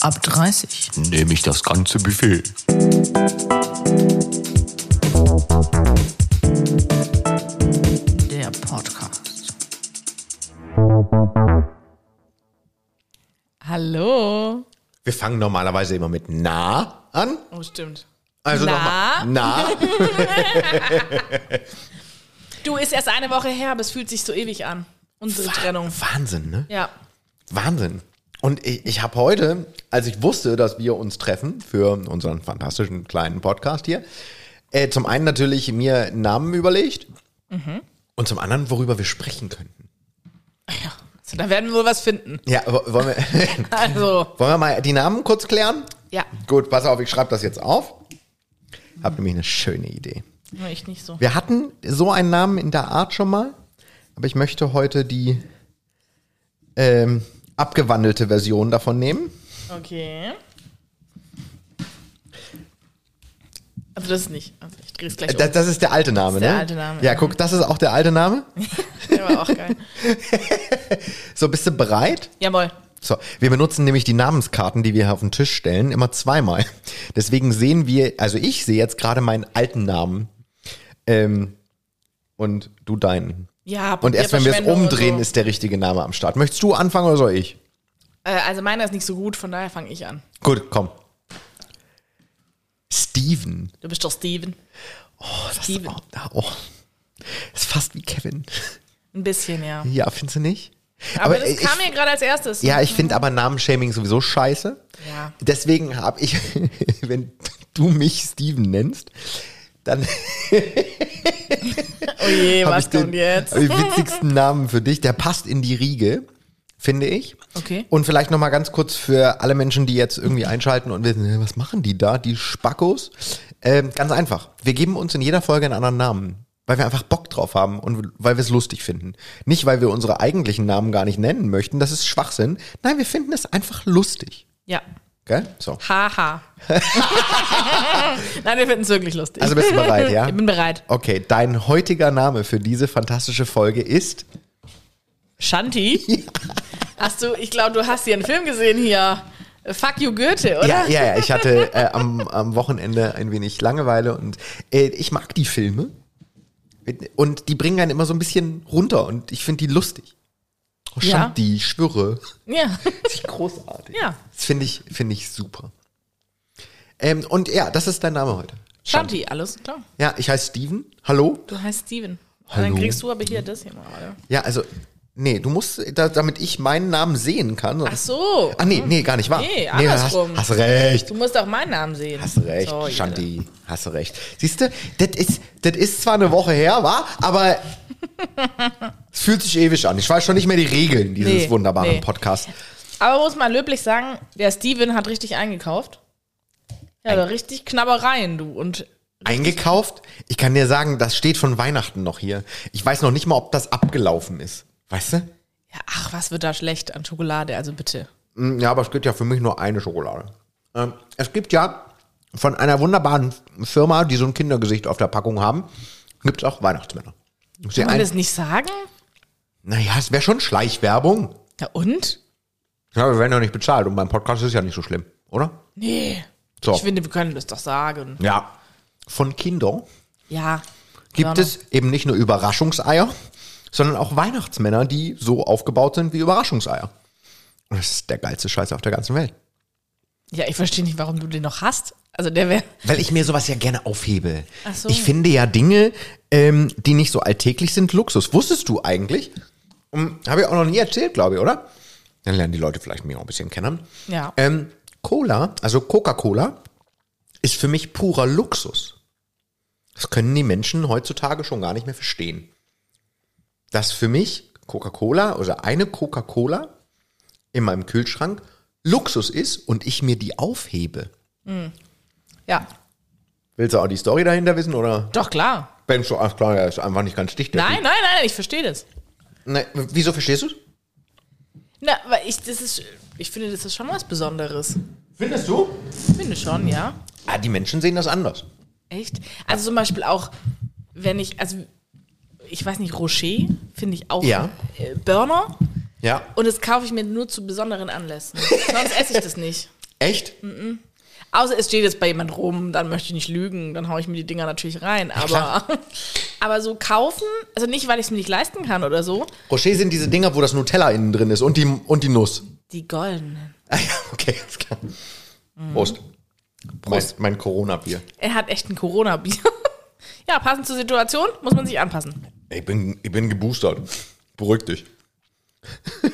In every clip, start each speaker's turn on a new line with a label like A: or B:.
A: Ab 30.
B: Nehme ich das ganze Buffet.
A: Der Podcast.
C: Hallo.
B: Wir fangen normalerweise immer mit nah an.
C: Oh, stimmt.
B: Also
C: Na?
B: nochmal. Na.
C: Du, ist erst eine Woche her, aber es fühlt sich so ewig an. Unsere Trennung.
B: Wahnsinn, ne?
C: Ja.
B: Wahnsinn. Und ich, ich habe heute, als ich wusste, dass wir uns treffen für unseren fantastischen kleinen Podcast hier, äh, zum einen natürlich mir einen Namen überlegt
C: Mhm.
B: und zum anderen, worüber wir sprechen könnten.
C: ja. Also, da werden wir wohl was finden.
B: Ja, wo- wollen wir,
C: Also,
B: wollen wir mal die Namen kurz klären?
C: ja.
B: Gut, pass auf, ich schreibe das jetzt auf. Hab nämlich eine schöne Idee.
C: Nur ich nicht so.
B: Wir hatten so einen Namen in der Art schon mal, aber ich möchte heute die ähm, abgewandelte Version davon nehmen.
C: Okay. Also, das ist nicht. Also, ich drehe es gleich um.
B: Äh, Das, das ist der alte
C: Das
B: Name,
C: ist der
B: ne?
C: alte Name,
B: Ja,
C: ja.
B: guck, das ist auch der alte Name.
C: Der war auch geil.
B: So, bist du bereit?
C: Jawohl.
B: So, wir benutzen nämlich die Namenskarten, die wir hier auf den Tisch stellen, immer zweimal. Deswegen sehen wir, also ich sehe jetzt gerade meinen alten Namen ähm, und du deinen.
C: Ja,
B: Und erst wenn wir es
C: Papierverschwendung und
B: umdrehen,
C: so.
B: ist der richtige Name am Start. Möchtest du anfangen oder soll ich?
C: Äh, also, meiner ist nicht so gut, von daher fange ich an.
B: Gut, komm. Steven.
C: Du bist doch Steven.
B: Oh, das
C: Steven.
B: Ist, oh, oh. Das ist fast wie Kevin.
C: Ein bisschen, ja.
B: Ja, findest du nicht?
C: Aber, das
B: ich,
C: kam mir gerade als erstes.
B: ja, ich finde aber Namenshaming sowieso scheiße.
C: Ja.
B: Deswegen habe ich, wenn du mich Steven nennst, dann
C: Oh je,
B: habe ich
C: was
B: den,
C: kommt jetzt?
B: hab ich den witzigsten Namen für dich. Der passt in die Riege, finde ich.
C: Okay.
B: Und vielleicht nochmal ganz kurz für alle Menschen, die jetzt irgendwie einschalten und wissen, "Hä, was machen die da, die Spackos? Ähm, ganz einfach. Wir geben uns in jeder Folge einen anderen Namen, weil wir einfach Bock drauf haben und weil wir es lustig finden. Nicht, weil wir unsere eigentlichen Namen gar nicht nennen möchten, das ist Schwachsinn. Nein, wir finden es einfach lustig.
C: Ja.
B: Gell? So.
C: Haha. Nein, wir finden es wirklich lustig.
B: Also bist du bereit, ja?
C: ich bin bereit.
B: Okay, dein heutiger Name für diese fantastische Folge ist.
C: Shanti? Hast du, ich glaube, du hast hier einen Film gesehen hier. Fuck you Goethe, oder?
B: Ja, ja, ja. Ich hatte äh, am, am Wochenende ein wenig Langeweile und äh, ich mag die Filme. Und die bringen einen immer so ein bisschen runter und ich finde die lustig. Oh,
C: Ja.
B: Schand, die, ich schwöre.
C: Ja.
B: Das ist großartig.
C: Ja.
B: Das finde ich, finde ich super. Ähm, und ja, das ist dein Name heute.
C: Shanti, alles klar.
B: Ja, ich heiße Steven. Hallo?
C: Du heißt Steven. Und
B: Hallo.
C: dann kriegst du aber hier das hier mal. Oder?
B: Ja, also, nee, du musst, da, damit ich meinen Namen sehen kann.
C: Ach so.
B: Ah, nee, nee, gar nicht wahr.
C: Nee,
B: hast,
C: andersrum.
B: hast recht.
C: Du musst auch meinen Namen sehen.
B: Hast recht,
C: So, Jede.
B: Shanti, hast recht. Siehst du, das ist, das ist zwar eine Woche her, war, aber es fühlt sich ewig an. Ich weiß schon nicht mehr die Regeln dieses
C: Nee,
B: wunderbaren
C: nee.
B: Podcasts.
C: Aber muss man löblich sagen, der Steven hat richtig eingekauft. Ja, aber richtig Knabbereien, du. Und
B: Eingekauft? Ich kann dir sagen, das steht von Weihnachten noch hier. Ich weiß noch nicht mal, ob das abgelaufen ist. Weißt du?
C: ja, ach, was wird da schlecht an Schokolade? Also bitte.
B: Mm, Ja, aber es gibt ja für mich nur eine Schokolade. Ähm, es gibt ja von einer wunderbaren Firma, die so ein Kindergesicht auf der Packung haben, gibt es auch Weihnachtsmänner. Sie
C: Kann man
B: ein,
C: das nicht sagen?
B: naja, es wäre schon Schleichwerbung.
C: Ja, und?
B: Ja, wir werden ja nicht bezahlt und beim Podcast ist ja nicht so schlimm, oder?
C: Nee.
B: So.
C: Ich finde, wir können das doch sagen.
B: Ja. Von Kindern
C: Ja.
B: gibt
C: Gerne.
B: es eben nicht nur Überraschungseier, sondern auch Weihnachtsmänner, die so aufgebaut sind wie Überraschungseier. Und das ist der geilste Scheiß auf der ganzen Welt.
C: Ja, ich verstehe nicht, warum du den noch hast. Also der wäre.
B: Weil ich mir sowas ja gerne aufhebe.
C: Ach so.
B: Ich finde ja Dinge, ähm, die nicht so alltäglich sind, Luxus. Wusstest du eigentlich? Hm, Habe ich auch noch nie erzählt, glaube ich, oder? Dann lernen die Leute vielleicht mich auch ein bisschen kennen.
C: Ja.
B: Ähm, Cola, also Coca-Cola, ist für mich purer Luxus. Das können die Menschen heutzutage schon gar nicht mehr verstehen. Dass für mich Coca-Cola oder eine Coca-Cola in meinem Kühlschrank Luxus ist und ich mir die aufhebe.
C: Ja.
B: Willst du auch die Story dahinter wissen oder
C: Doch, klar.
B: denkst du, ach klar, der ist einfach nicht ganz dicht? der
C: Nein, nein, nein, ich verstehe das.
B: Typ? Nein. Wieso verstehst du es?
C: Na, weil ich, das ist, ich finde, das ist schon was Besonderes.
B: Findest du?
C: Ich finde schon, ja.
B: Ah, die Menschen sehen das anders.
C: Echt? Also zum Beispiel auch, wenn ich, also ich weiß nicht, Rocher finde ich auch
B: Ja.
C: äh, Burner
B: Ja.
C: und das kaufe ich mir nur zu besonderen Anlässen. Sonst esse ich das nicht.
D: Echt?
C: Außer es steht jetzt bei jemand rum, dann möchte ich nicht lügen, dann haue ich mir die Dinger natürlich rein.
D: klar.
C: Aber, aber so kaufen, also nicht, weil ich es mir nicht leisten kann oder so,
D: Rocher sind diese Dinger, wo das Nutella innen drin ist und die, und die Nuss.
C: die goldenen.
D: Ah ja, okay, alles klar. Prost. Mein, mein Corona-Bier.
C: Er hat echt ein Corona-Bier. ja, passend zur Situation muss man sich anpassen.
D: Ich bin, ich bin geboostert. Beruhig dich.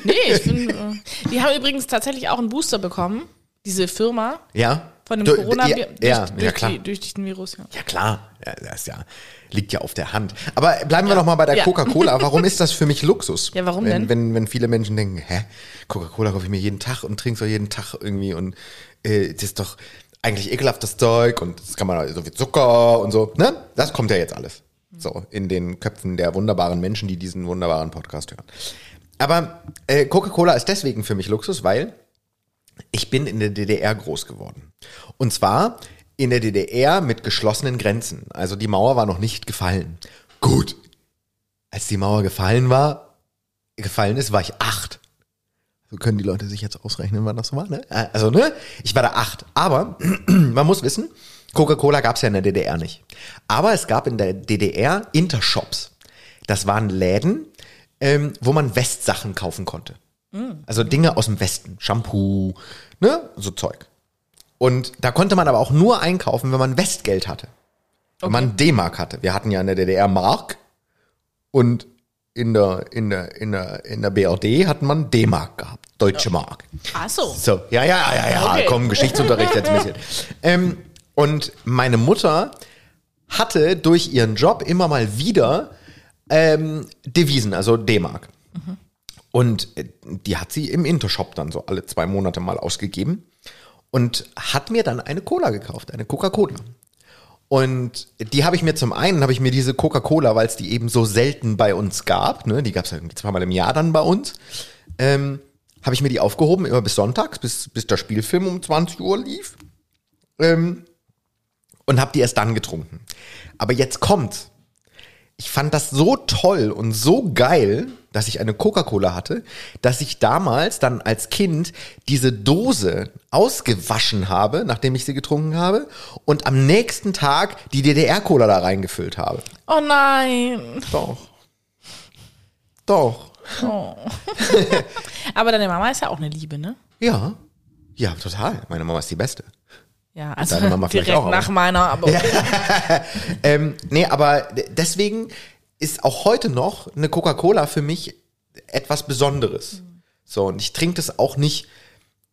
C: Nee, ich bin. Äh, die haben übrigens tatsächlich auch einen Booster bekommen, diese Firma
D: Ja?
C: von dem
D: Du-
C: Corona-Bier. durch-
D: Ja, ja,
C: durch,
D: ja, klar.
C: Die, durch diesen Virus, ja.
D: Ja, klar. Ja, das ist ja, liegt ja auf der Hand. Aber bleiben wir noch mal bei der
C: Ja.
D: Coca-Cola. Warum ist das für mich Luxus?
C: Ja, warum
D: wenn,
C: denn?
D: Wenn, wenn viele Menschen denken, hä, Coca-Cola kaufe ich mir jeden Tag und trinke so jeden Tag irgendwie und äh, das ist doch eigentlich ekelhaftes Zeug und das kann man so wie Zucker und so. Ne? Das kommt ja jetzt alles. So, in den Köpfen der wunderbaren Menschen, die diesen wunderbaren Podcast hören. Aber äh, Coca-Cola ist deswegen für mich Luxus, weil ich bin in der DDR groß geworden. Und zwar in der DDR mit geschlossenen Grenzen. Also die Mauer war noch nicht gefallen. Gut. Als die Mauer gefallen war, gefallen ist, war ich acht. So können die Leute sich jetzt ausrechnen, wann das so war, ne? Äh, Also, ne? Ich war da acht. Aber man muss wissen, Coca-Cola gab es ja in der DDR nicht. Aber es gab in der DDR Intershops. Das waren Läden, ähm, wo man Westsachen kaufen konnte. Also Dinge aus dem Westen. Shampoo, ne? So Zeug. Und da konnte man aber auch nur einkaufen, wenn man Westgeld hatte. Wenn man D-Mark hatte. Wir hatten ja in der DDR Mark und in der, in der, in der, in der BRD hat man D-Mark gehabt. Deutsche Mark.
C: Ach so.
D: So, ja, ja, ja, ja,
C: Okay.
D: komm, Geschichtsunterricht jetzt ein bisschen. Ähm, und meine Mutter hatte durch ihren Job immer mal wieder ähm, Devisen, also D-Mark. Und äh, die hat sie im Intershop dann so alle zwei Monate mal ausgegeben und hat mir dann eine Cola gekauft, eine Coca-Cola. Und die habe ich mir zum einen, habe ich mir diese Coca-Cola, weil es die eben so selten bei uns gab, ne, die gab es irgendwie zweimal im Jahr dann bei uns, ähm, habe ich mir die aufgehoben, immer bis sonntags, bis, bis der Spielfilm um 20 Uhr lief. Ähm, und habe die erst dann getrunken. Aber jetzt kommt's. Ich fand das so toll und so geil, dass ich eine Coca-Cola hatte, dass ich damals dann als Kind diese Dose ausgewaschen habe, nachdem ich sie getrunken habe, und am nächsten Tag die DDR-Cola da reingefüllt habe.
C: Oh nein.
D: Doch. Doch.
C: Aber deine Mama ist ja auch eine Liebe, ne?
D: Ja. Ja, total. Meine Mama ist die Beste.
C: Ja, also
D: Deine Mama vielleicht
C: direkt
D: auch,
C: nach
D: aber-
C: meiner, aber
D: Ähm, nee, aber d- deswegen ist auch heute noch eine Coca-Cola für mich etwas Besonderes. So, und ich trinke das auch nicht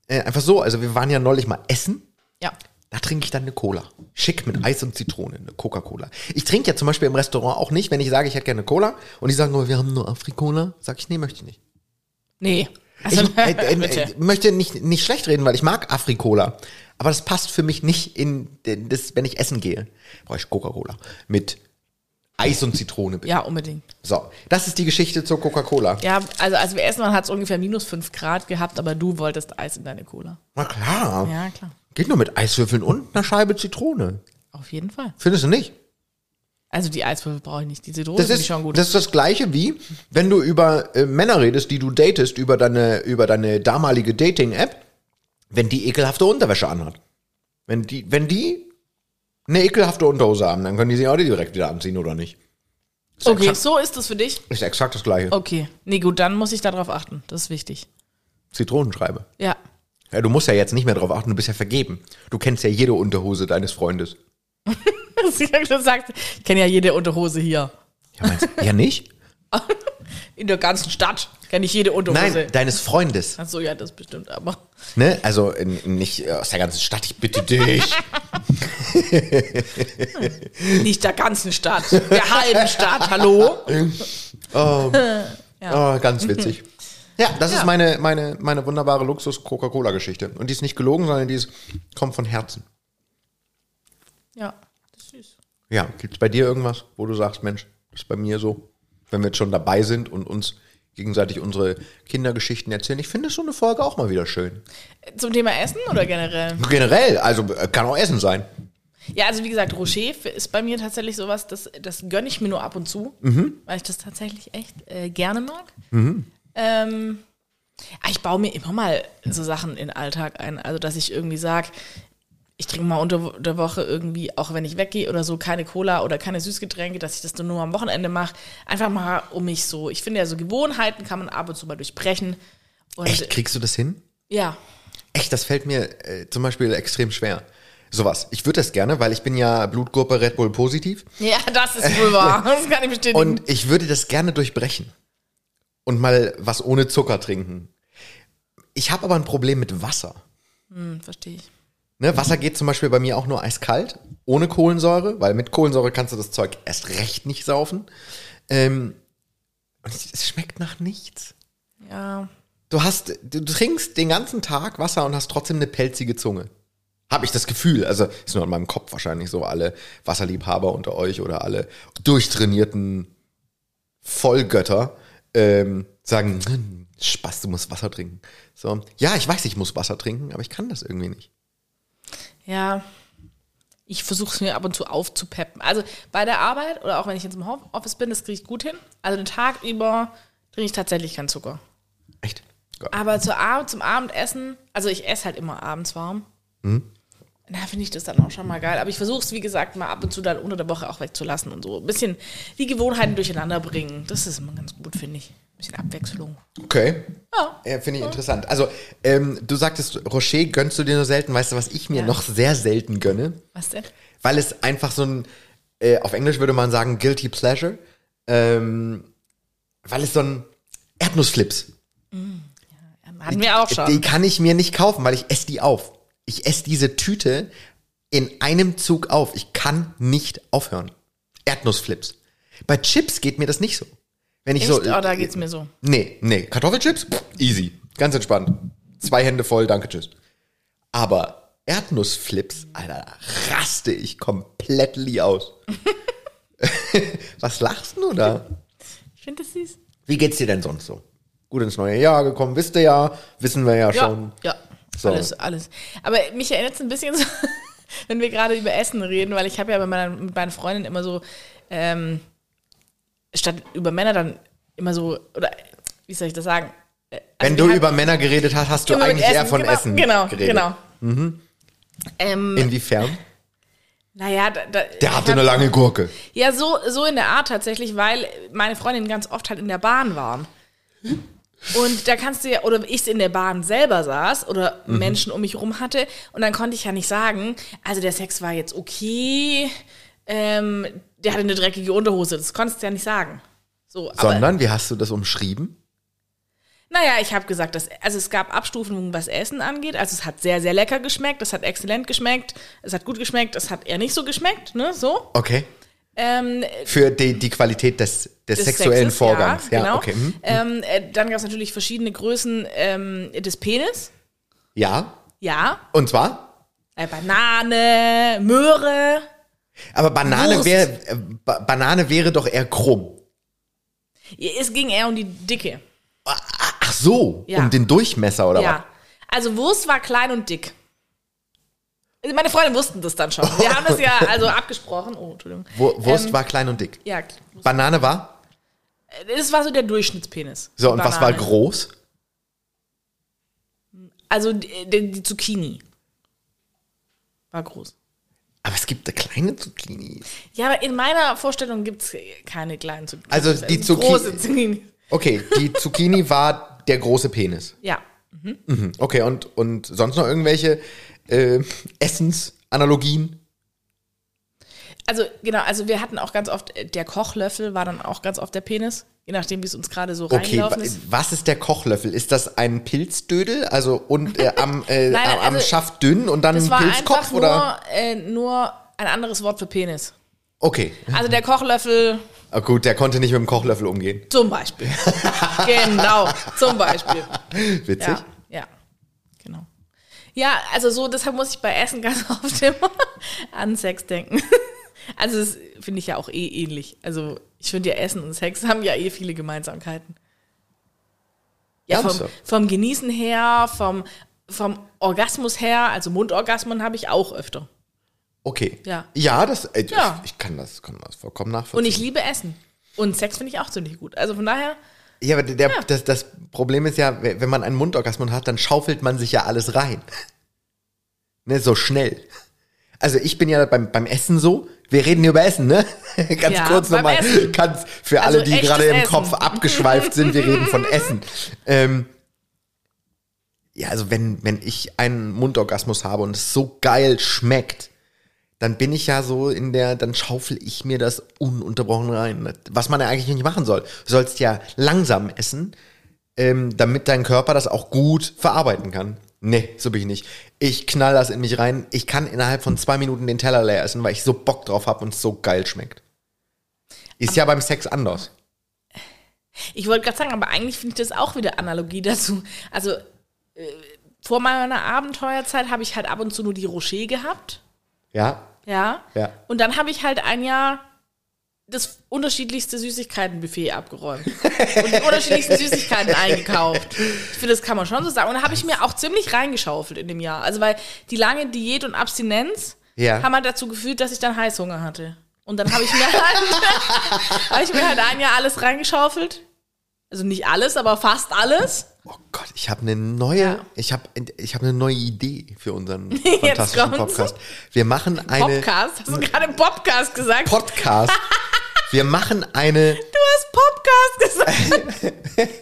D: äh, einfach so. Also, wir waren ja neulich mal essen.
C: ja.
D: Da trinke ich dann eine Cola. Schick mit Eis und Zitrone, eine Coca-Cola. Ich trinke ja zum Beispiel im Restaurant auch nicht, wenn ich sage, ich hätte gerne Cola und die sagen nur, wir haben nur Afri-Cola. Sag ich, nee, möchte ich nicht.
C: Nee.
D: Ich
C: Also,
D: äh, äh,
C: bitte.
D: äh, möchte nicht, nicht schlecht reden, weil ich mag Afri-Cola. Aber das passt für mich nicht in den- das, wenn ich essen gehe. Brauche ich Coca-Cola. Mit Eis und Zitrone bitte.
C: Ja, unbedingt.
D: So, das ist die Geschichte zur Coca-Cola.
C: Ja, also als wir essen waren, hat es ungefähr minus 5 Grad gehabt, aber du wolltest Eis in deine Cola.
D: Na klar.
C: Ja, klar.
D: Geht nur mit Eiswürfeln und einer Scheibe Zitrone.
C: Auf jeden Fall.
D: Findest du nicht?
C: Also die Eiswürfel brauche ich nicht. Diese Dose
D: Das
C: finde
D: ist,
C: ich schon gut.
D: das ist das gleiche wie, wenn du über äh, Männer redest, die du datest, über deine, über deine damalige Dating-App, wenn die ekelhafte Unterwäsche anhat. Wenn die, wenn die eine ekelhafte Unterhose haben, dann können die sie auch direkt wieder anziehen, oder nicht?
C: okay, so ist das für dich.
D: Ist exakt das gleiche.
C: Okay. Nee, gut, dann muss ich darauf achten. Das ist wichtig.
D: Zitronenschreibe.
C: Ja.
D: Ja, du musst ja jetzt nicht mehr drauf achten, du bist ja vergeben. Du kennst ja jede Unterhose deines Freundes.
C: Sie hat gesagt, ich kenne ja jede Unterhose hier.
D: Ja, meinst, ja nicht?
C: In der ganzen Stadt kenne ich jede Unterhose.
D: Nein, deines Freundes.
C: Achso, ja, das bestimmt, aber.
D: Ne? Also in, in nicht äh, aus der ganzen Stadt, ich bitte dich.
C: Nicht der ganzen Stadt. Der halben Stadt, hallo?
D: Oh, ganz witzig. Ja, das ist meine, meine, meine wunderbare Luxus-Coca-Cola-Geschichte. Und die ist nicht gelogen, sondern die ist, kommt von Herzen.
C: Ja, das ist süß.
D: Ja, gibt's bei dir irgendwas, wo du sagst, Mensch, das ist bei mir so, wenn wir jetzt schon dabei sind und uns gegenseitig unsere Kindergeschichten erzählen. Ich finde so eine Folge auch mal wieder schön.
C: Zum Thema Essen oder generell?
D: Generell, also äh, kann auch Essen sein.
C: Ja, also wie gesagt, Rocher f- ist bei mir tatsächlich sowas, das, das gönne ich mir nur
D: Mhm.
C: ab und zu, weil ich das tatsächlich echt äh, gerne mag. Ähm, Ah, Ich baue mir immer mal so Sachen in den Alltag ein. Also, dass ich irgendwie sage, ich trinke mal unter der Woche irgendwie, auch wenn ich weggehe oder so, keine Cola oder keine Süßgetränke, dass ich das dann nur am Wochenende mache. Einfach mal um mich so. Ich finde ja, so Gewohnheiten kann man ab und zu mal durchbrechen. Und
D: Echt, kriegst du das hin?
C: ja,
D: Echt, das fällt mir äh, zum Beispiel extrem schwer. Sowas. Ich würde das gerne, weil ich bin ja Blutgruppe Red Bull positiv.
C: ja, das ist wohl wahr. Das kann ich bestätigen.
D: Und ich würde das gerne durchbrechen. Und mal was ohne Zucker trinken. Ich habe aber ein Problem mit Wasser.
C: hm, verstehe ich.
D: Ne, Wasser geht zum Beispiel bei mir auch nur eiskalt, ohne Kohlensäure, weil mit Kohlensäure kannst du das Zeug erst recht nicht saufen. Ähm, und es, es schmeckt nach nichts.
C: Ja.
D: Du hast, du trinkst den ganzen Tag Wasser und hast trotzdem eine pelzige Zunge. Habe ich das Gefühl. Also ist nur in meinem Kopf wahrscheinlich so alle Wasserliebhaber unter euch oder alle durchtrainierten Vollgötter ähm, sagen, "Hm, Spaß, du musst Wasser trinken. So, ja, ich weiß, ich muss Wasser trinken, aber ich kann das irgendwie nicht.
C: Ja. Ich versuche es mir ab und zu aufzupeppen. Also bei der Arbeit oder auch wenn ich jetzt im Ho- Office bin, das kriege ich gut hin. Also den Tag über trinke ich tatsächlich keinen Zucker.
D: Echt? Gott.
C: Aber zur Ab zum Abendessen, also ich esse halt immer abends warm.
D: Hm?
C: Da finde ich das dann auch schon mal geil. Aber ich versuche es, wie gesagt, mal ab und zu dann unter der Woche auch wegzulassen und so. Ein bisschen die Gewohnheiten durcheinander bringen. Das ist immer ganz gut, finde ich. Ein bisschen Abwechslung.
D: Okay.
C: Ja.
D: Ja, finde ich interessant. Also, ähm, du sagtest, Rocher gönnst du dir nur selten. Weißt du, was ich mir
C: Ja.
D: noch sehr selten gönne?
C: Was denn?
D: Weil es einfach so ein, äh, auf Englisch würde man sagen, guilty pleasure. Ähm, weil es so ein Erdnussflips.
C: Ähm, Hatten wir auch schon.
D: Die kann ich mir nicht kaufen, weil ich esse die auf. Ich esse diese Tüte in einem Zug auf. Ich kann nicht aufhören. Erdnussflips. Bei Chips geht mir das nicht so. Wenn ich
C: Echt?
D: so.
C: oh, da geht's mir so.
D: Nee, nee. Kartoffelchips? Pff, easy. Ganz entspannt. Zwei Hände voll, danke, tschüss. Aber Erdnussflips, Alter, da raste ich completely aus. Was lachst du da?
C: Ich finde das süß.
D: Wie geht's dir denn sonst so? Gut ins neue Jahr gekommen, wisst ihr ja, wissen wir ja schon.
C: Ja, ja.
D: So.
C: alles, alles. Aber mich erinnert es ein bisschen so, wenn wir gerade über Essen reden, weil ich habe ja bei meiner, mit meinen Freundinnen immer so, ähm, statt über Männer dann immer so, oder wie soll ich das sagen? Äh, also
D: Wenn
C: wir
D: du
C: haben
D: über Männer geredet hast, hast du
C: immer mit
D: eigentlich eher von
C: genau,
D: Essen
C: Genau,
D: geredet. Mhm.
C: genau. Ähm,
D: Inwiefern?
C: naja, da, da,
D: Der hatte
C: ich
D: eine
C: hab-
D: lange Gurke.
C: Ja, so, so in der Art tatsächlich, weil meine Freundinnen ganz oft halt in der Bahn waren. Und da kannst du ja, oder ich in der Bahn selber saß oder Menschen um mich rum hatte und dann konnte ich ja nicht sagen, also der Sex war jetzt okay, ähm, der hatte eine dreckige Unterhose, das konntest du ja nicht sagen. So, aber,
D: Sondern, wie hast du das umschrieben?
C: naja, ich habe gesagt, dass, also es gab Abstufungen, was Essen angeht. Also es hat sehr, sehr lecker geschmeckt, es hat exzellent geschmeckt, es hat gut geschmeckt, es hat eher nicht so geschmeckt, ne, so.
D: Okay.
C: Ähm,
D: Für die, die Qualität des, des,
C: des
D: sexuellen
C: Sexes,
D: Vorgangs. Ja,
C: Ja, genau.
D: okay. mhm.
C: ähm, äh, dann gab es natürlich verschiedene Größen ähm, des Penis.
D: Ja,
C: Ja,
D: und zwar?
C: äh, Banane, Möhre.
D: Aber Banane
C: Wurst.
D: wäre äh, ba Banane wäre doch eher krumm.
C: Es ging eher um die Dicke.
D: Ach so,
C: Ja.
D: um den Durchmesser oder
C: ja. Also Wurst war klein und dick. Also Meine Freunde wussten das dann schon. Wir haben das ja also abgesprochen. Oh, Entschuldigung.
D: was? Wur- Wurst war klein und dick.
C: Ja,
D: Banane war?
C: das war so der Durchschnittspenis.
D: So, und was war
C: Banane.
D: groß?
C: Also die, die die Zucchini war groß.
D: Aber es gibt kleine Zucchinis.
C: Ja, aber in meiner Vorstellung gibt es keine kleinen Zucchini.
D: Also die Zucchi-
C: Große Zucchini.
D: Okay, die Zucchini war der große Penis.
C: Ja.
D: Hm, Okay, und, und sonst noch irgendwelche äh, Essensanalogien?
C: Also genau, also wir hatten auch ganz oft, äh, der Kochlöffel war dann auch ganz oft der Penis, je nachdem, wie es uns gerade so
D: Okay, wa äh,
C: reingelaufen ist.
D: was ist der Kochlöffel? Ist das ein Pilzdödel? Also und äh, am, äh,
C: Nein,
D: am, am
C: also,
D: Schaft dünn und dann
C: Das
D: ein
C: war einfach
D: Pilzkopf?
C: nur,
D: Oder?
C: äh, nur ein anderes Wort für Penis.
D: Okay,
C: Also der Kochlöffel
D: Ah, gut, der konnte nicht mit dem Kochlöffel umgehen.
C: zum Beispiel. genau, zum Beispiel.
D: Witzig.
C: Ja, ja, genau. Ja, also so, deshalb muss ich bei Essen ganz oft immer an Sex denken. Also das finde ich ja auch eh ähnlich. Also ich finde ja Essen und Sex haben ja eh viele Gemeinsamkeiten. Ja, vom,
D: Ernsthaft?
C: vom Genießen her, vom, vom Orgasmus her, also Mundorgasmen habe ich auch öfter.
D: Okay.
C: Ja.
D: Ja, das, äh,
C: Ja.
D: Ich, ich kann das, kann das vollkommen nachvollziehen.
C: Und ich liebe Essen. Und Sex finde ich auch ziemlich gut. Also von daher,
D: Ja, aber der, Das, das Problem ist ja, we- wenn man einen Mundorgasmus hat, dann schaufelt man sich ja alles rein. Ne, so schnell. Also ich bin ja beim, beim Essen so, wir reden hier über Essen, ne? Ganz
C: Ja,
D: kurz
C: beim
D: nochmal,
C: Essen.
D: ganz für
C: Also
D: alle, die
C: echtes
D: gerade im
C: Essen.
D: Kopf abgeschweift sind, wir reden von Essen. Ähm, ja, also wenn, wenn ich einen Mundorgasmus habe und es so geil schmeckt, dann bin ich ja so in der, dann schaufel ich mir das ununterbrochen rein. Was man ja eigentlich nicht machen soll. Du sollst ja langsam essen, ähm, damit dein Körper das auch gut verarbeiten kann. Nee, so bin ich nicht. Ich knall das in mich rein. Ich kann innerhalb von zwei Minuten den Teller leer essen, weil ich so Bock drauf habe und es so geil schmeckt. Ist ja beim Sex anders.
C: Ich wollte gerade sagen, aber eigentlich finde ich das auch wieder Analogie dazu. Also äh, vor meiner Abenteuerzeit habe ich halt ab und zu nur die Rocher gehabt.
D: Ja?
C: Ja.
D: Ja.
C: Und dann habe ich halt ein Jahr das unterschiedlichste Süßigkeitenbuffet abgeräumt. und die unterschiedlichsten Süßigkeiten eingekauft. Ich finde, das kann man schon so sagen. Und da habe ich mir auch ziemlich reingeschaufelt in dem Jahr. Also weil die lange Diät und Abstinenz
D: Ja.
C: haben halt dazu geführt, dass ich dann Heißhunger hatte. Und dann habe ich, mir halt, habe ich mir halt ein Jahr alles reingeschaufelt. Also nicht alles, aber fast alles.
D: Oh Gott, ich habe eine neue,
C: Ja.
D: ich habe ich hab eine neue Idee für unseren
C: Jetzt
D: fantastischen
C: kommt's.
D: Podcast. Wir machen eine
C: Podcast. Hast du gerade Podcast gesagt?
D: Podcast. Wir machen eine,
C: du hast Podcast gesagt.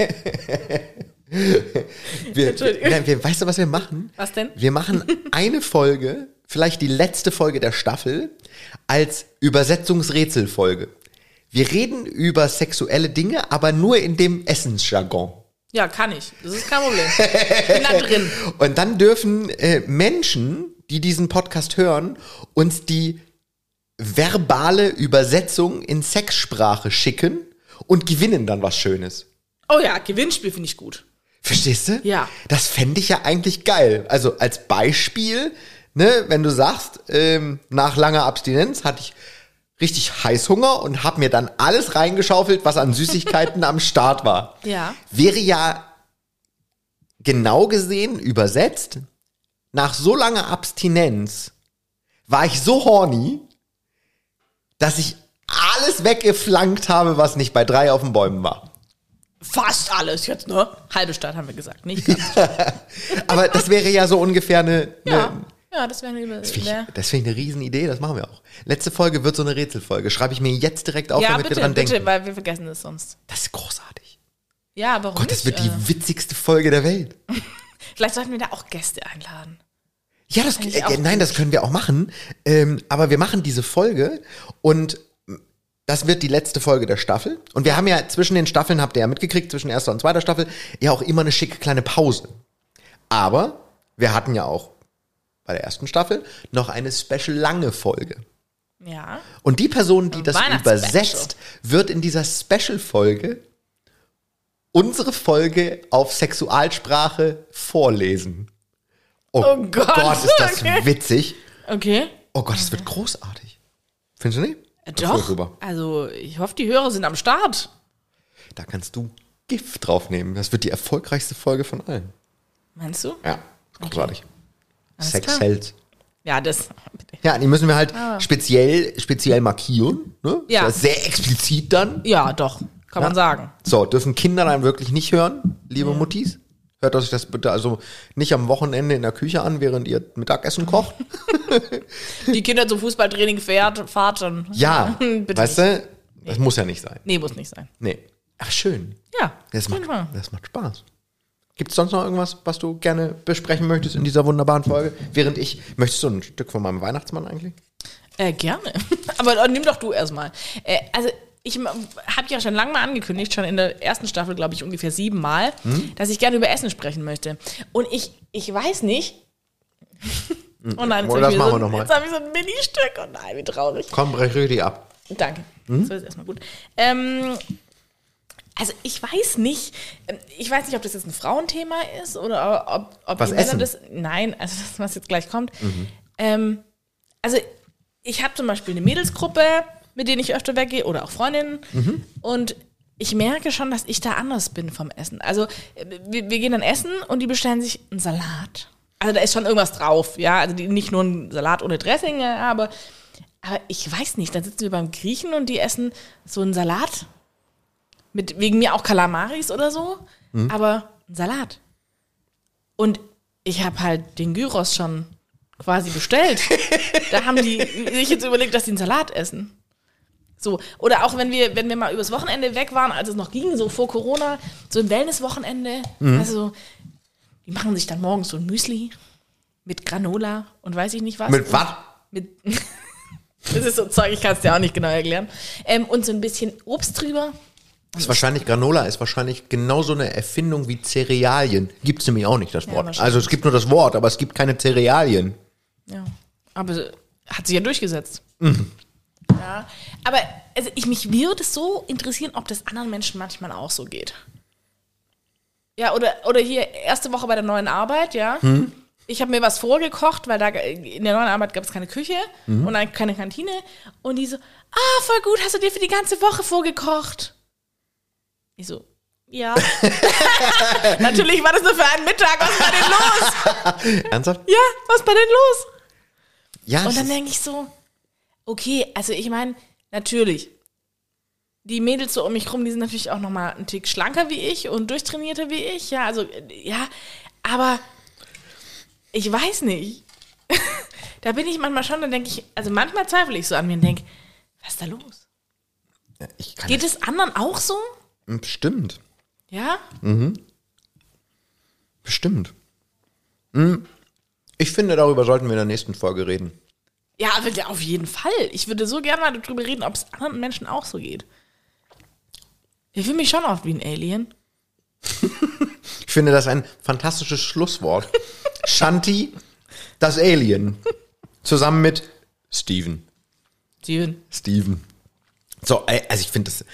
D: wir,
C: Entschuldigung.
D: nein, wir, weißt du, was wir machen?
C: Was denn?
D: Äh, Wir machen eine Folge, vielleicht die letzte Folge der Staffel, als Übersetzungsrätselfolge. Wir reden über sexuelle Dinge, aber nur in dem Essensjargon.
C: Ja, kann ich. Das ist kein Problem. Ich bin da drin.
D: Und dann dürfen äh, Menschen, die diesen Podcast hören, uns die verbale Übersetzung in Sexsprache schicken und gewinnen dann was Schönes.
C: Oh ja, Gewinnspiel finde ich gut.
D: Verstehst du?
C: Ja.
D: Das fände ich ja eigentlich geil. Also als Beispiel, ne, wenn du sagst, ähm, nach langer Abstinenz hatte ich richtig Heißhunger und habe mir dann alles reingeschaufelt, was an Süßigkeiten am Start war.
C: Ja.
D: Wäre ja genau gesehen übersetzt, nach so langer Abstinenz war ich so horny, dass ich alles weggeflankt habe, was nicht bei drei auf den Bäumen war.
C: Fast alles jetzt, ne? Halbe Stadt haben wir gesagt, nicht ganz.
D: Aber das wäre ja so ungefähr eine. eine
C: Ja, ne. ja das wäre eine Über
D: Finde
C: wär-
D: ich, das finde ich eine Riesenidee, das machen wir auch. Letzte Folge wird so eine Rätselfolge. Schreibe ich mir jetzt direkt auf,
C: Ja,
D: damit wir
C: bitte,
D: dran
C: bitte,
D: denken.
C: weil wir vergessen es sonst.
D: Das ist großartig.
C: Ja, warum
D: Gott, das
C: nicht?
D: wird die witzigste Folge der Welt.
C: äh, vielleicht sollten wir da auch Gäste einladen.
D: Ja, das,
C: Fand ich
D: äh,
C: auch
D: nein, das können wir auch machen. Ähm, aber wir machen diese Folge und das wird die letzte Folge der Staffel. Und wir haben ja zwischen den Staffeln, habt ihr ja mitgekriegt, zwischen erster und zweiter Staffel, ja auch immer eine schicke kleine Pause. Aber wir hatten ja auch bei der ersten Staffel noch eine special lange Folge.
C: Ja.
D: Und die Person, die das
C: Weihnachtsspecial.
D: übersetzt, wird in dieser Special-Folge unsere Folge auf Sexualsprache vorlesen. Oh,
C: Oh Gott.
D: ist das
C: Okay.
D: witzig.
C: Okay.
D: Oh Gott, das wird großartig. Findest du nicht?
C: Äh,
D: Das wird
C: Doch.
D: rüber.
C: Also, ich hoffe, die Hörer sind am Start.
D: Da kannst du Gift draufnehmen. Das wird die erfolgreichste Folge von allen.
C: Meinst du?
D: Ja, großartig. Sex
C: klar.
D: sells.
C: Ja, das. Bitte.
D: Ja, die müssen wir halt speziell, speziell markieren. Ne?
C: Ja.
D: Das ist Sehr explizit dann.
C: Ja, doch. Kann man
D: Ja.
C: sagen.
D: So, dürfen Kinder dann wirklich nicht hören, liebe Muttis? Hört euch das bitte also nicht am Wochenende in der Küche an, während ihr Mittagessen kocht.
C: Die Kinder zum Fußballtraining fährt, fahrt dann.
D: Ja,
C: Bitte
D: weißt du, das muss ja nicht sein.
C: Nee, muss nicht sein.
D: Nee. Ach, schön.
C: Ja.
D: Das macht,
C: manchmal.
D: das macht Spaß. Gibt es sonst noch irgendwas, was du gerne besprechen möchtest in dieser wunderbaren Folge? Während ich, möchtest du ein Stück von meinem Weihnachtsmann eigentlich?
C: Äh, gerne. Aber äh, nimm doch du erstmal. Äh, also ich habe ja schon lange mal angekündigt, schon in der ersten Staffel, glaube ich, ungefähr siebenmal,
D: Hm?
C: dass ich gerne über Essen sprechen möchte. Und ich, ich weiß nicht. Oh nein, jetzt
D: Oh,
C: habe
D: das
C: ich, mir
D: machen wir
C: so,
D: noch
C: ein-
D: mal.
C: jetzt hab ich so ein Ministück. Oh nein, wie traurig.
D: Komm, brech richtig ab.
C: Danke.
D: Mhm.
C: So ist erstmal gut. Ähm, also ich weiß nicht, ähm, ich weiß nicht, ob das jetzt ein Frauenthema ist oder ob, ob
D: Was
C: die Männer
D: essen? Mhm.
C: das. Nein, also das, was jetzt gleich kommt. Ähm, also ich habe zum Beispiel eine Mädelsgruppe, mit denen ich öfter weggehe oder auch Freundinnen.
D: Mhm.
C: Und ich merke schon, dass ich da anders bin vom Essen. Also äh, wir, wir gehen dann essen und die bestellen sich einen Salat. Also da ist schon irgendwas drauf, ja. Also die, nicht nur ein Salat ohne Dressing, ja, aber aber ich weiß nicht, dann sitzen wir beim Griechen und die essen so einen Salat Mit wegen mir auch Kalamaris oder so, aber ein Salat. Und ich habe halt den Gyros schon quasi bestellt. da haben die sich jetzt überlegt, dass sie einen Salat essen. So, oder auch wenn wir, wenn wir mal übers Wochenende weg waren, als es noch ging, so vor Corona, so ein Wellness-Wochenende, also die machen sich dann morgens so ein Müsli mit Granola und weiß ich nicht was.
D: Mit was?
C: Mit das ist so Zeug, ich kann es dir auch nicht genau erklären. Ähm, und so ein bisschen Obst drüber.
D: Ist wahrscheinlich Granola ist wahrscheinlich genauso eine Erfindung wie Cerealien. Gibt es nämlich auch nicht das Wort.
C: wahrscheinlich.
D: also es gibt nur das Wort, aber es gibt keine Cerealien.
C: Ja. Aber so- hat sich ja durchgesetzt. Ja. Aber also ich, mich würde es so interessieren, ob das anderen Menschen manchmal auch so geht. Ja, oder, oder hier erste Woche bei der neuen Arbeit, ja. Ich habe mir was vorgekocht, weil da in der neuen Arbeit gab es keine Küche und dann keine Kantine. Und die so, ah, voll gut, hast du dir für die ganze Woche vorgekocht? Ich so, ja. Natürlich war das nur für einen Mittag. Was ist bei denn los?
D: Ernsthaft?
C: Ja, was ist bei denn los?
D: Ja.
C: Und
D: es
C: dann
D: ist-
C: denke ich so, okay, also ich meine, natürlich, die Mädels so um mich rum, die sind natürlich auch nochmal einen Tick schlanker wie ich und durchtrainierter wie ich, ja, also, äh, ja, aber ich weiß nicht. da bin ich manchmal schon, dann denke ich, also manchmal zweifle ich so an mir und denke, was ist da los?
D: ich kann
C: Geht es anderen auch so?
D: Bestimmt.
C: Ja?
D: Bestimmt. Hm. Ich finde, darüber sollten wir in der nächsten Folge reden.
C: Ja, aber ja, auf jeden Fall. Ich würde so gerne mal darüber reden, ob es anderen Menschen auch so geht. Ich fühle mich schon oft wie ein Alien.
D: Ich finde das ein fantastisches Schlusswort. Shanti, das Alien. Zusammen mit Steven.
C: Steven.
D: Steven. So, äh, also ich finde das.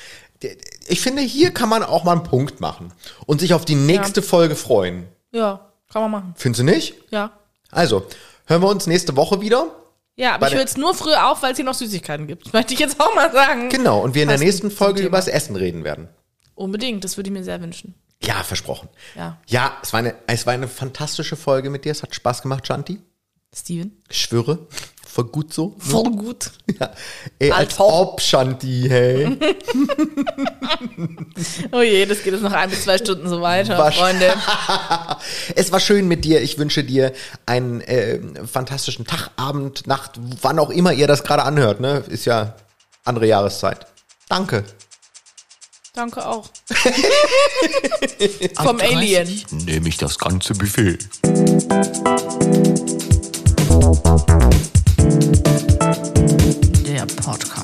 D: äh, Ich finde, hier kann man auch mal einen Punkt machen und sich auf die nächste Folge freuen.
C: Ja, kann man machen.
D: Findest du nicht?
C: Ja.
D: Also, hören wir uns nächste Woche wieder.
C: Ja, aber
D: Bei
C: ich
D: der-
C: höre jetzt nur früher auf, weil es hier noch Süßigkeiten gibt. Das möchte ich jetzt auch mal sagen.
D: Genau, und wir in der
C: Passend
D: nächsten
C: zum
D: Folge
C: Thema.
D: über das Essen reden werden.
C: Unbedingt, das würde ich mir sehr wünschen.
D: Ja, versprochen.
C: Ja.
D: Ja, es war eine, es war eine fantastische Folge mit dir. Es hat Spaß gemacht, Shanti.
C: Steven.
D: Ich schwöre. Voll gut so.
C: Voll gut.
D: Ja. Ey, als
C: Als ob.
D: ob, Shanti, hey.
C: Oh je, das geht jetzt noch ein bis zwei Stunden so weiter,
D: Wasch-
C: Freunde.
D: Es war schön mit dir. Ich wünsche dir einen äh, fantastischen Tag, Abend, Nacht, wann auch immer ihr das gerade anhört. Ne? Ist ja andere Jahreszeit. Danke.
C: Danke auch.
B: Ab
C: Vom Alien.
B: 30 Nehme ich das ganze Buffet. Der Podcast.